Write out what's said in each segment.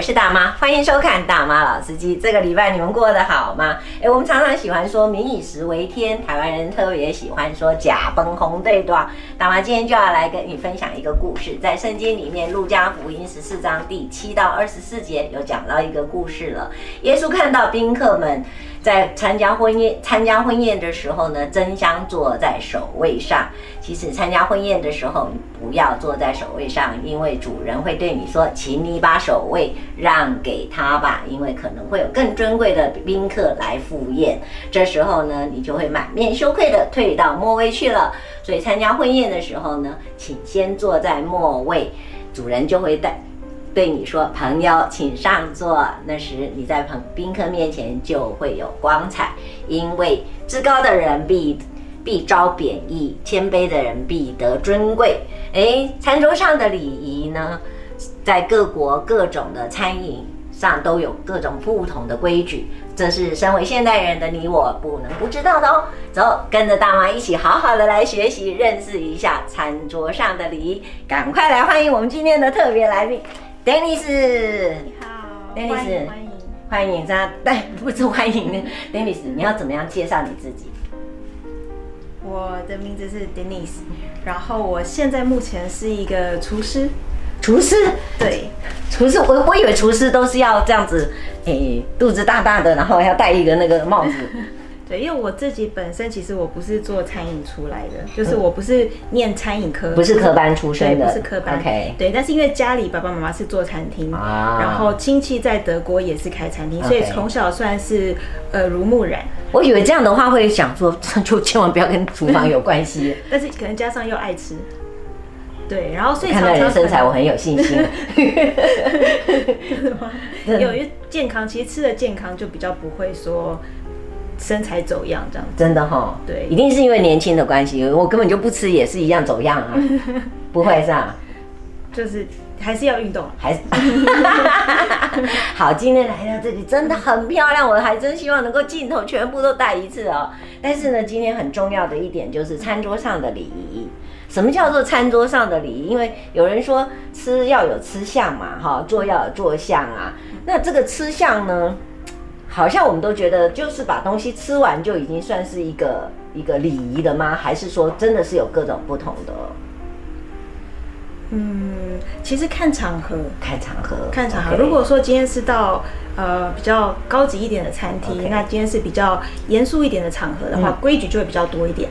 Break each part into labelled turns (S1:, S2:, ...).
S1: 是大妈，欢迎收看《大妈老司机》。这个礼拜你们过得好吗？哎，我们常常喜欢说“民以食为天”，台湾人特别喜欢说“假崩红对吧？大妈今天就要来跟你分享一个故事，在圣经里面，《路加福音》十四章第七到二十四节有讲到一个故事了。耶稣看到宾客们在参加婚宴、参加婚宴的时候呢，争相坐在首位上。其实参加婚宴的时候，你不要坐在首位上，因为主人会对你说：“请你把首位让给他吧，因为可能会有更尊贵的宾客来赴宴。”这时候呢，你就会满面羞愧的退到末位去了。所以参加婚宴的时候呢，请先坐在末位，主人就会带对你说：“朋友，请上座。”那时你在朋宾客面前就会有光彩，因为至高的人必必招贬义，谦卑的人必得尊贵。诶，哎餐桌上的礼仪呢，在各国各种的餐饮上都有各种不同的规矩，这是身为现代人的你我不能不知道的哦。走，跟着大妈一起好好的来学习，认识一下餐桌上的礼仪。赶快来欢迎我们今天的特别来宾，Dennis。
S2: 好，
S1: 那
S2: 欢
S1: 你是
S2: 迎欢迎。
S1: 欢迎他，但 不是欢迎 Dennis，你要怎么样介绍你自己？
S2: 我的名字是 Denise，然后我现在目前是一个厨师。
S1: 厨师，
S2: 对，
S1: 厨师，我我以为厨师都是要这样子，诶、肚子大大的，然后要戴一个那个 帽子。
S2: 对，因为我自己本身其实我不是做餐饮出来的，就是我不是念餐饮科，
S1: 嗯不是科班出
S2: 对，
S1: 身的，
S2: 不是科班。
S1: OK，
S2: 对，但是因为家里爸爸妈妈是做餐厅，
S1: 啊
S2: 然后亲戚在德国也是开餐厅，所以
S1: OK
S2: 从小算是呃耳濡目染。
S1: 我以为这样的话会想说， 就千万不要跟厨房有关 系。
S2: 但是可能加上又爱吃，对，然后所以
S1: 看
S2: 常
S1: 到你
S2: 常
S1: 的身
S2: 可
S1: 材，
S2: 能
S1: 我很有信心。
S2: 有因为健康，其实吃的健康就比较不会说身材走样这样 子。
S1: 真的哈，
S2: 对
S1: 一定是因为年轻的关系，我根本就不吃也是一样走样啊， 不会是吧？
S2: 就是还是要运动。啊
S1: 还是 好，今天来到这里真的很漂亮，我还真希望能够镜头全部都带一次哦。但是呢，今天很重要的一点就是餐桌上的礼仪。什么叫做餐桌上的礼仪？因为有人说吃要有吃相嘛，哈，坐要有坐相啊。那这个吃相呢，好像我们都觉得就是把东西吃完就已经算是一个一个礼仪了吗？还是说真的是有各种不同的
S2: 嗯，其实看场合，
S1: 看场合？
S2: 看场合。
S1: OK
S2: 如果说今天是到呃比较高级一点的餐厅
S1: OK
S2: 那今天是比较严肃一点的场合的话，
S1: 嗯
S2: 规矩就会比较多一点。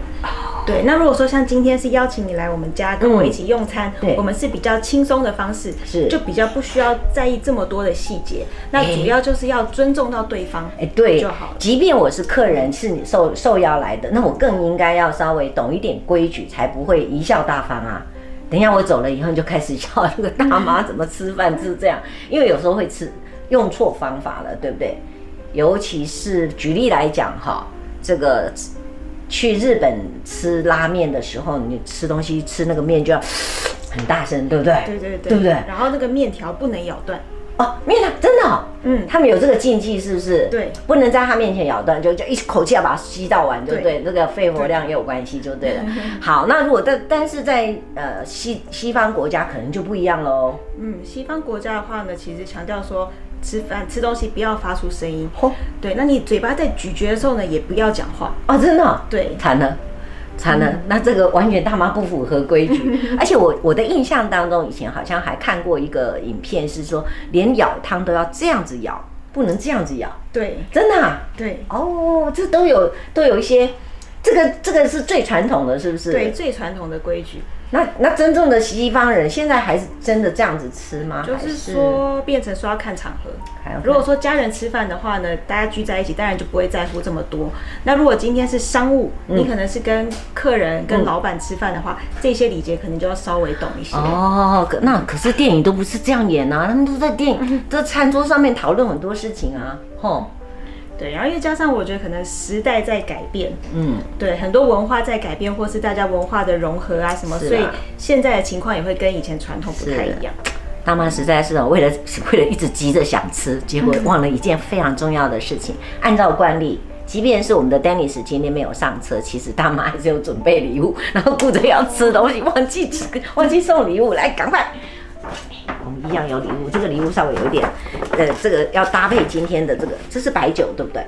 S2: 对，那如果说像今天是邀请你来我们家跟我一起用餐，
S1: 对
S2: 我们是比较轻松的方式，
S1: 是
S2: 就比较不需要在意这么多的细节。那
S1: 哎
S2: 主要就是要尊重到对方，
S1: 哎、对
S2: 就好了，
S1: 即便我是客人，是你受受邀来的，那我更应该要稍微懂一点规矩，才不会贻笑大方啊。等一下我走了以后，你就开始笑那个大妈怎么吃饭是这样，因为有时候会吃用错方法了，对不对？尤其是举例来讲哈，这个去日本吃拉面的时候，你吃东西吃那个面就要 很大声，对不对？
S2: 对对对，
S1: 对不对？
S2: 然后那个面条不能咬断，
S1: 哦，面条真的、哦，
S2: 嗯，
S1: 他们有这个禁忌是不是？
S2: 对，
S1: 不能在他面前咬断，就就一口气要把它吸到完，对不对？这嗯个肺活量也有关系，就对了。好，那如果但但是在呃西西方国家可能就不一样喽。
S2: 嗯，西方国家的话呢，其实强调说吃饭吃东西不要发出声音，
S1: 哦，
S2: 对，那你嘴巴在咀嚼的时候呢，也不要讲话，
S1: 哦，真的哦、
S2: 对，
S1: 惨了，惨了，那这个完全大妈不符合规矩。 而且我我的印象当中，以前好像还看过一个影片，是说连舀汤都要这样子舀，不能这样子舀，
S2: 对，
S1: 真的、啊。
S2: 对，
S1: 哦，这都有都有一些，这个这个是最传统的，是不是？
S2: 对，。最传统的规矩
S1: 那那真正的西方人现在还是真的这样子吃吗？
S2: 就
S1: 还
S2: 是说变成说要看场合。
S1: 还要看
S2: 如果说家人吃饭的话呢，大家聚在一起，当然就不会在乎这么多。那如果今天是商务，
S1: 嗯
S2: 你可能是跟客人、跟老板吃饭的话，这些礼节可能就要稍微懂一些。
S1: 哦，可那可是电影都不是这样演啊，他们都在电
S2: 嗯
S1: 影在餐桌上面讨论很多事情啊，吼，
S2: 对，然后又加上我觉得可能时代在改变，
S1: 嗯，
S2: 对，很多文化在改变，或是大家文化的融合啊什么，
S1: 是啊
S2: 所以现在的情况也会跟以前传统不太一样。
S1: 大妈实在是哦为了 为了一直急着想吃，结果忘了一件非常重要的事情。按照惯例，即便是我们的 Dennis 今天没有上车，其实大妈还是有准备礼物，然后顾着要吃东西，忘记忘记送礼物，来赶快。我们们一样有礼物，这个礼物稍微有一点，呃，这个要搭配今天的这个，这是白酒对不对？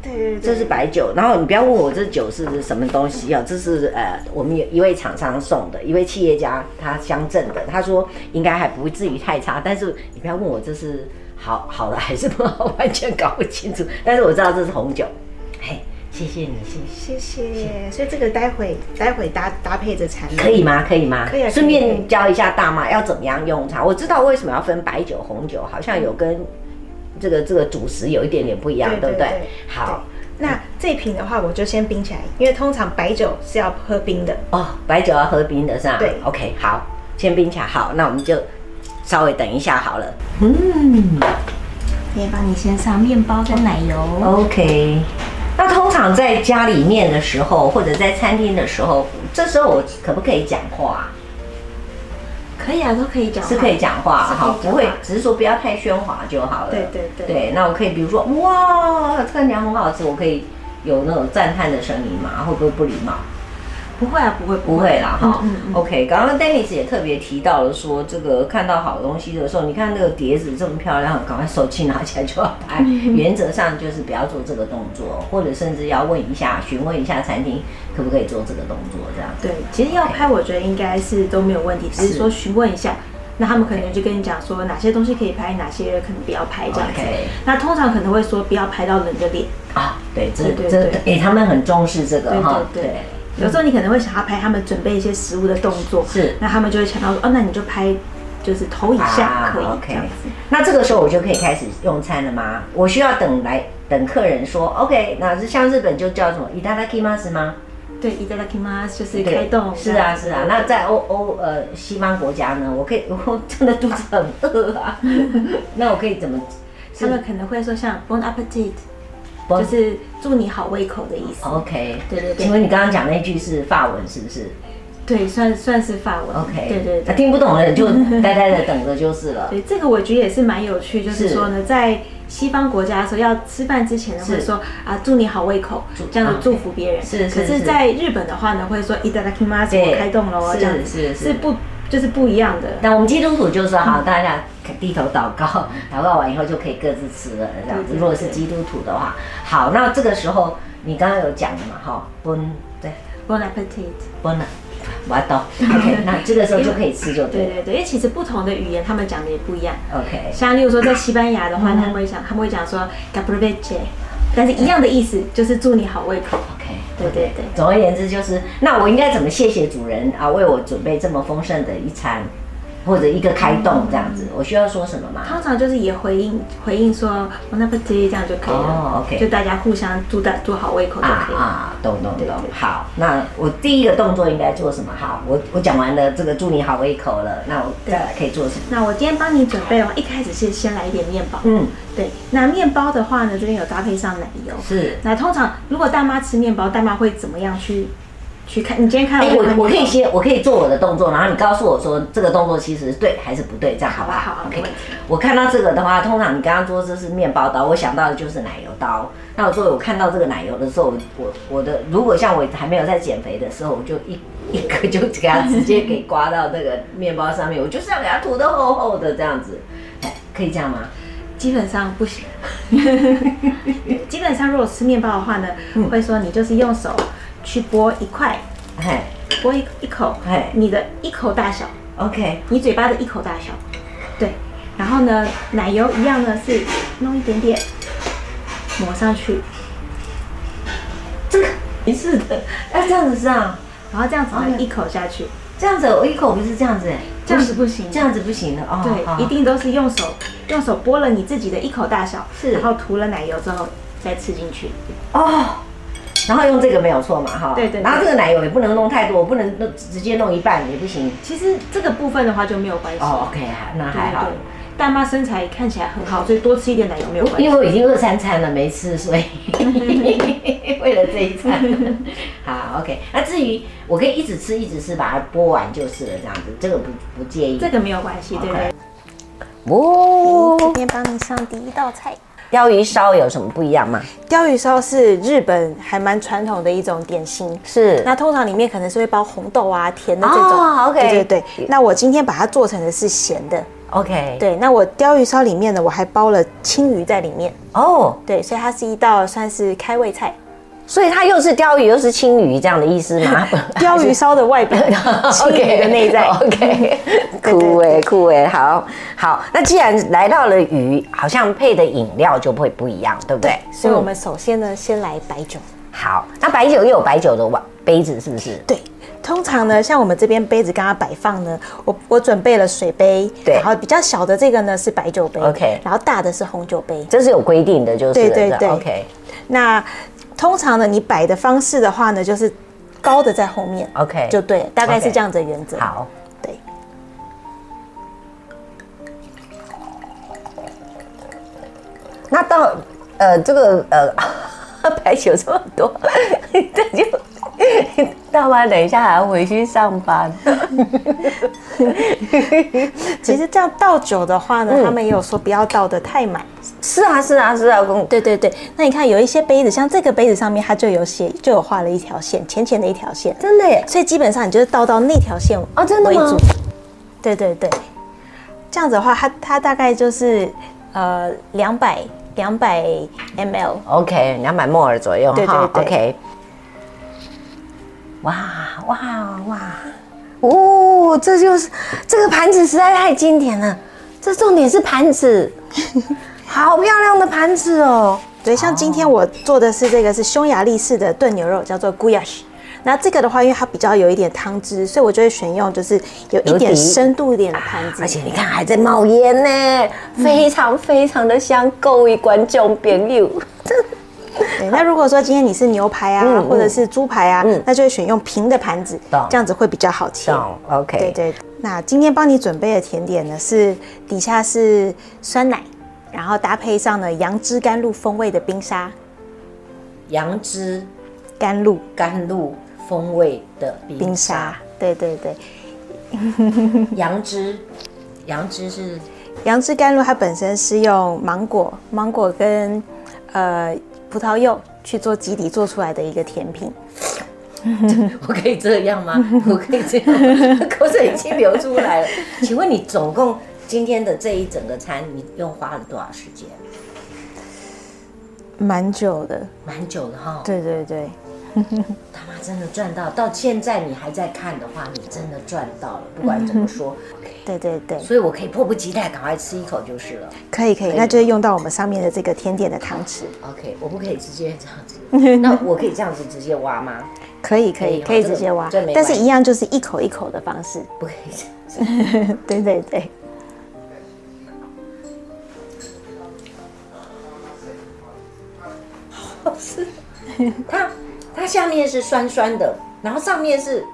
S2: 对对对，
S1: 这是白酒，然后你不要问我这酒是什么东西哦，这是呃我们有一位厂商送的，一位企业家他乡镇的，他说应该还不至于太差，但是你不要问我这是好好的还是不好， 完全搞不清楚，但是我知道这是红酒，嘿，谢谢你，谢谢。
S2: 谢谢。所以这个待会待会搭搭配着产品
S1: 可以吗？可以吗？
S2: 可以啊可以
S1: 顺
S2: 可以
S1: 便教一下大妈要怎么样用它。我知道为什么要分白酒、红酒，好像有跟这个这个主食有一点点不一样，
S2: 对
S1: 对不对
S2: 对对？
S1: 好
S2: 那这瓶的话，我就先冰起来，因为通常白酒是要喝冰的。
S1: 哦，白酒要喝冰的是吧？
S2: 对
S1: ，OK，好，先冰起来。好，那我们就稍微等一下好了。嗯
S3: 可以帮你先上面包跟奶油。
S1: 哦，OK。那通常在家里面的时候，或者在餐厅的时候，这时候我可不可以讲话啊？
S3: 可以啊，都可以讲话
S1: 是可以讲话
S2: 是可以
S1: 哈，
S2: 讲
S1: 不
S2: 话
S1: 会，只是说不要太喧哗就好了。
S2: 对对对
S1: 对，那我可以比如说，哇，这个娘很好吃，我可以有那种赞叹的声音嘛？会不会不礼貌？
S3: 不会啊，不会，
S1: 不会啦哈。
S3: 嗯
S1: OK，刚刚 Dennis 也特别提到了说，这个看到好东西的时候，你看那个碟子这么漂亮，赶快手机拿起来就要拍。
S2: 嗯
S1: 原则上就是不要做这个动作，或者甚至要问一下、询问一下餐厅可不可以做这个动作这样。
S2: 对，其实要拍，我觉得应该是都没有问题，只是说询问一下。那他们可能就跟你讲说哪些东西可以拍，哪些可能不要拍这样子
S1: OK。
S2: 那通常可能会说不要拍到人的脸，
S1: 啊，对，这
S2: 对对
S1: 这
S2: 对
S1: 哎、他们很重视这个
S2: 对
S1: 哈。
S2: 对对。有时候你可能会想要拍他们准备一些食物的动作，
S1: 是
S2: 那他们就会想到说，哦，那你就拍就是头以下可以这
S1: 啊 OK
S2: 样子。。
S1: 那这个时候我就可以开始用餐了吗？我需要等来等客人说 OK，那是像日本就叫什么 i t a d a k i m a s 吗？
S2: 对，いただきます就是
S1: 对
S2: 开动。
S1: 是啊是啊。那在欧欧呃西方国家呢，我可以 我真的肚子很饿啊， 那我可以怎么？
S2: 他们可能会说像 bon appetit，
S1: Bon- 哦
S2: 就是祝你好胃口的意思。
S1: OK，
S2: 对对对
S1: 请问你刚刚讲那句是法文是不是
S2: 对，算算是法文。
S1: ？OK，
S2: 对对
S1: 那
S2: 对。
S1: 听不懂的人就呆呆的等着就是了。
S2: 对，这个我觉得也是蛮有趣，就是
S1: 是
S2: 说呢，在西方国家的时候，要吃饭之前呢，
S1: 是
S2: 会说啊，祝你好胃口
S1: 祝，
S2: 这样子
S1: 啊
S2: 祝福别人。
S1: 是是
S2: 可是，
S1: 是
S2: 在日本的话呢，会说いただきます，
S1: 对
S2: 我开动喽，
S1: 是
S2: 这样
S1: 是
S2: 子
S1: 是
S2: 不就是不一样的。
S1: 那我们基督徒就说好，大家低头祷告， 祷告完以后就可以各自吃了，这样
S2: 对对
S1: 子。
S2: 对
S1: 如果是基督徒的话，好，那这个时候你刚刚有讲了嘛，哈，崩对
S2: Bon appetit。
S1: 崩了，我懂。OK，那 这个时候就可以吃就
S2: 对
S1: 对了。
S2: 对对，因为其实不同的语言他们讲的也不一样。
S1: OK，
S2: 像例如说在西班牙的话，
S1: 嗯
S2: 他们会讲他们会讲说 c a p r o v e c h e 但是一样的意思，就是祝你好胃口。
S1: OK，
S2: 对对对
S1: 总而言之就是，那我应该怎么谢谢主人啊，为我准备这么丰盛的一餐，或者一个开动这样子，
S2: 嗯
S1: 我需要说什么吗？
S2: 通常就是也回应回应说 bon appetit 这样就可以了
S1: 哦。，OK
S2: 就大家互相祝大祝好胃口就
S1: 啊
S2: 可以了。
S1: 啊，懂懂
S2: 对
S1: 懂
S2: 对。
S1: 好，那我第一个动作应该做什么？好，我我讲完了这个祝你好胃口了，那我再来可以做什么？
S2: 那我今天帮你准备哦，一开始是先来一点面包。
S1: 嗯，
S2: 对，那面包的话呢，这边有搭配上奶油。
S1: 是。
S2: 那通常如果大妈吃面包，大妈会怎么样去去看？啊你今天看
S1: 哎、
S2: 到
S1: 我我可以
S2: 先
S1: 先，我可以做我的动作，然后你告诉我说这个动作其实对还是不对，这样好不好
S2: 好啊好啊没
S1: OK
S2: 问题。
S1: 我看到这个的话，通常你刚刚说这是面包刀，我想到的就是奶油刀。那我作为我看到这个奶油的时候，我我的如果像我还没有在减肥的时候，我就一一个就给它直接 给刮到那个面包上面，我就是要给它涂的厚厚的这样子，哎，可以这样吗？
S2: 基本上不 行。基本上如果吃面包的话呢，
S1: 嗯
S2: 会说你就是用手去剥一块，
S1: 哎
S2: 剥一一口
S1: 哎，
S2: 你的一口大小，
S1: ，OK，
S2: 你嘴巴的一口大小，对。然后呢，奶油一样呢是弄一点点抹上去，
S1: 这个没事的，要这样子是啊，
S2: 然后这样子呢
S1: OK
S2: 一口下去，
S1: 这样子我一口不是这样子哎，
S2: 这样子不行
S1: 这样子不行的哦，好
S2: 对，一定都是用手用手剥了你自己的一口大小，
S1: 是
S2: 然后涂了奶油之后再吃进去。
S1: 哦。然后用这个没有错嘛，哈，
S2: 对对对
S1: 然后这个奶油也不能弄太多，我不能弄直接弄一半也不行。
S2: 其实这个部分的话就没有关系。
S1: 哦，OK，好那
S2: 对
S1: 还好
S2: 对，大妈身材看起来很好，所以多吃一点奶油没有关系。
S1: 因为我已经饿三餐了没吃， 所以为了这一餐， 好 OK。那至于我可以一直吃一直吃，把它剥完就是了，这样子，这个不不介意。
S2: 这个没有关系，对不对？
S1: 哦，
S2: 边帮你上第一道菜。
S1: 鲷鱼烧有什么不一样吗？
S2: 鲷鱼烧是日本还蛮传统的一种点心，
S1: 是
S2: 那通常里面可能是会包红豆啊、甜的这种。
S1: 哦，OK
S2: 对对对。那我今天把它做成的是咸的，
S4: OK，
S2: 对，那我鲷鱼烧里面呢，我还包了青鱼在里面，
S4: 哦，
S2: 对，所以它是一道算是开胃 菜。
S4: 所以它又是鲷鱼又是青鱼这样的意思吗？
S2: 鲷鱼烧的外 表，青鱼的内在。
S4: OK，
S2: 对
S4: 酷哎
S2: 对
S4: 酷哎，好好。那既然来到了鱼，好像配的饮料就会不一样，对不对？
S2: 所以我
S4: 嗯
S2: 们首先呢，先来白酒。
S4: 好，那白酒又有白酒的碗杯子，是不是？
S2: 对，通常呢，像我们这边杯子刚刚摆放呢，我我准备了水杯，
S4: 对
S2: 然后比较小的这个呢是白酒杯
S4: OK
S2: 然后大的是红酒杯。
S4: 这是有规定的，就是
S2: 对对
S4: 了
S2: 对
S4: OK
S2: 那通常呢，你摆的方式的话呢，就是高的在后面
S4: OK，
S2: 就对了，大概
S4: OK
S2: 是这样子的原则。
S4: 好。
S2: 对，
S4: 那到呃这个呃 白酒这么多， 这就 大妈等一下还要回去上班。
S2: 其实这样倒酒的话呢，他们也有说不要倒的太满。
S4: 是啊是啊是啊，公
S2: 对对对，那你看有一些杯子，像这个杯子上面它就有写，就有画了一条线，浅浅的一条线，
S4: 真的耶。
S2: 所以基本上你就是倒到那条线
S4: 哦真的
S2: 为
S4: 吗
S2: 主。对对对，这样子的话，它它大概就是呃两百两百 ml。
S4: OK，两百摩尔左右
S2: 对
S4: 哈。
S2: 对对
S4: OK。哇哇哇！哦，这就是这个盘子实在太经典了。这重点是盘 子，好漂亮的盘子哦。
S2: 对，像今天我做的是这个是匈牙利式的炖牛肉，叫做 guyash。那这个的话，因为它比较有一点汤汁，所以我就会选用就是有一
S4: 有
S2: 点
S4: 底
S2: 深度一点的盘子。
S4: 而且你看还在冒烟呢，
S2: 嗯
S4: 非常非常的香，各位观众朋友。
S2: 对，那如果说今天你是牛排啊，
S4: 嗯嗯
S2: 或者是猪排啊，
S4: 嗯
S2: 那就会选用平的盘子
S4: 懂，
S2: 这样子会比较好切。
S4: 懂，OK，
S2: 对对。那今天帮你准备的甜点呢，是底下是酸奶，然后搭配上呢杨枝甘露风味的冰沙
S4: 杨枝
S2: 甘露
S4: 甘露风味的
S2: 冰沙。对对对，
S4: 杨枝，杨枝是
S2: 杨枝甘露它本身是用芒果、芒果跟呃葡萄柚去做基底做出来的一个甜品。
S4: 我可以这样吗？ 我可以这样吗， 口水已经流出来了。请问你总共今天的这一整个餐，你用花了多少时间？
S2: 蛮久的，
S4: 蛮久的哈、
S2: 对对对，
S4: 他妈真的赚到！到现在你还在看的话，你真的赚到了。不管怎么说，
S2: 嗯对对对，
S4: 所以我可以迫不及待赶快吃一口就是了。
S2: 可以可以，那就是用到我们上面的这个甜点的汤匙，
S4: OK，我不可以直接这样 子，那我可以这样子直接挖吗？
S2: 可以可以
S4: 可
S2: 可
S4: 以
S2: 以
S4: 这个
S2: 直接挖
S4: 这没，
S2: 但是
S4: 关系
S2: 一样就是一口一口的方式，
S4: 不可以这样子。
S2: 对对对，
S4: 它它下面是酸酸的，然后上面是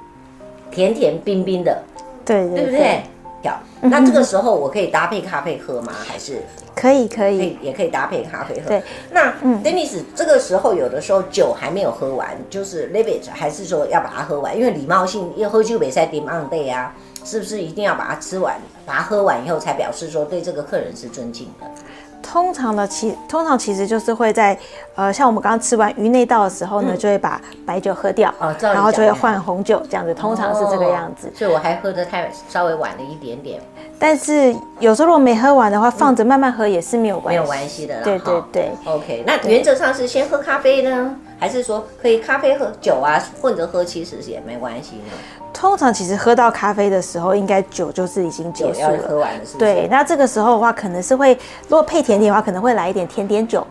S4: 甜甜冰冰的，
S2: 对
S4: 对
S2: 对嗯
S4: 不对？好，那这个时候我可以搭配咖啡喝吗？还是
S2: 可以可
S4: 可
S2: 以，
S4: 以也可以搭配咖啡喝？
S2: 嗯对。嗯
S4: 那 Dennis 这个时候有的时候酒还没有喝完，就是 leverage 还是说要把它喝完，因为礼貌性要喝酒没赛点 on day 啊，是不是一定要把它吃完，把它喝完以后才表示说对这个客人是尊敬的？
S2: 通常呢，其通常其实就是会在呃，像我们刚刚吃完鱼内道的时候呢，就会把白酒喝掉，
S4: 嗯哦照你
S2: 然后就
S4: 讲
S2: 会
S4: 的
S2: 换红酒这样子，通常是这个样子
S4: 哦。所以我还喝得太稍微晚了一点点，
S2: 但是有时候如果没喝完的话，放着慢慢喝也是没有关
S4: 没
S2: 系。
S4: 有关系的啦。
S2: 对对
S4: 哈
S2: 对。
S4: OK，那原则上是先喝咖啡呢，还是说可以咖啡喝酒啊，混着喝其实也没关系呢？
S2: 通常其实喝到咖啡的时候，应该酒就是已经结
S4: 酒
S2: 束
S4: 要喝
S2: 了。
S4: 完了是不是？
S2: 对，，那这个时候的话，可能是会如果配甜点的话，可能会来一点甜点酒，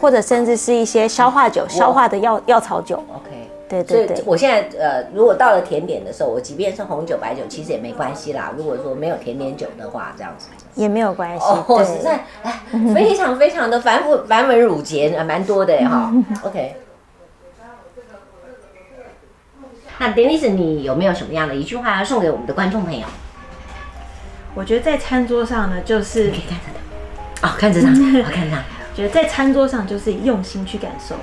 S2: 或者甚至是一些消化酒、消化的药药草酒。
S4: OK，
S2: 对对
S4: 所以
S2: 对
S4: 我现在呃，如果到了甜点的时候，我即便是红酒、白酒，其实也没关系啦。如果说没有甜点酒的话，这样子
S2: 也没有关系。
S4: 哦，
S2: 对
S4: 实在哎，非常非常的 繁复繁文缛节，呃蛮多的哈。OK。那 Dennis，你有没有什么样的一句话要送给我们的观众朋友？
S2: 我觉得在餐桌上呢，就是
S4: 可以看着他，哦，看着 他，哦看着他。
S2: 觉得在餐桌上就是用心去感受。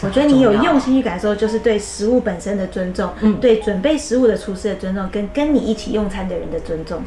S2: 我觉得
S4: 重
S2: 你有
S4: 要嗯
S2: 用心去感受，就是对食物本身的尊重，对准备食物的厨师的尊重，跟跟你一起用餐的人的尊重。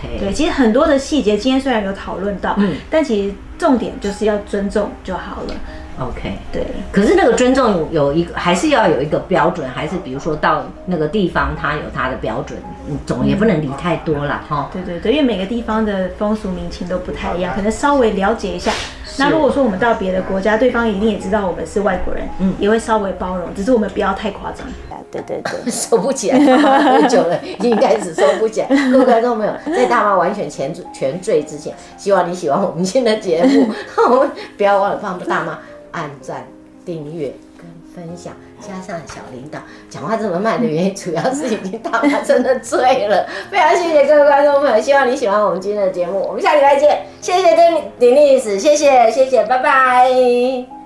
S2: 对，
S4: OK，
S2: 其实很多的细节，今天虽然有讨论到，
S4: 嗯
S2: 但其实重点就是要尊重就好了。
S4: OK，
S2: 对，
S4: 可是那个尊重有一个，还是要有一个标准，还是比如说到那个地方，它有它的标准，你总也不能理太多了哈。
S2: 对对对，因为每个地方的风俗民情都不太一样，可能稍微了解一下。那如果说我们到别的国家，对方一定也知道我们是外国人，嗯，也会稍微包容，只是我们不要太夸张。对对对，
S4: 收不起来， 大妈喝酒了，已经开始收不起来。各位观众朋友，在大妈完全全醉全醉之前，希望你喜欢我们今天的节目， 我们不要忘了帮大妈按赞、订阅跟分享，加上小铃铛。讲话这么慢的原因，主要是已经大妈真的醉了。非常谢谢各位观众朋友，希望你喜欢我们今天的节目，我们下礼拜见。谢谢丁李历史，谢谢谢谢，拜拜。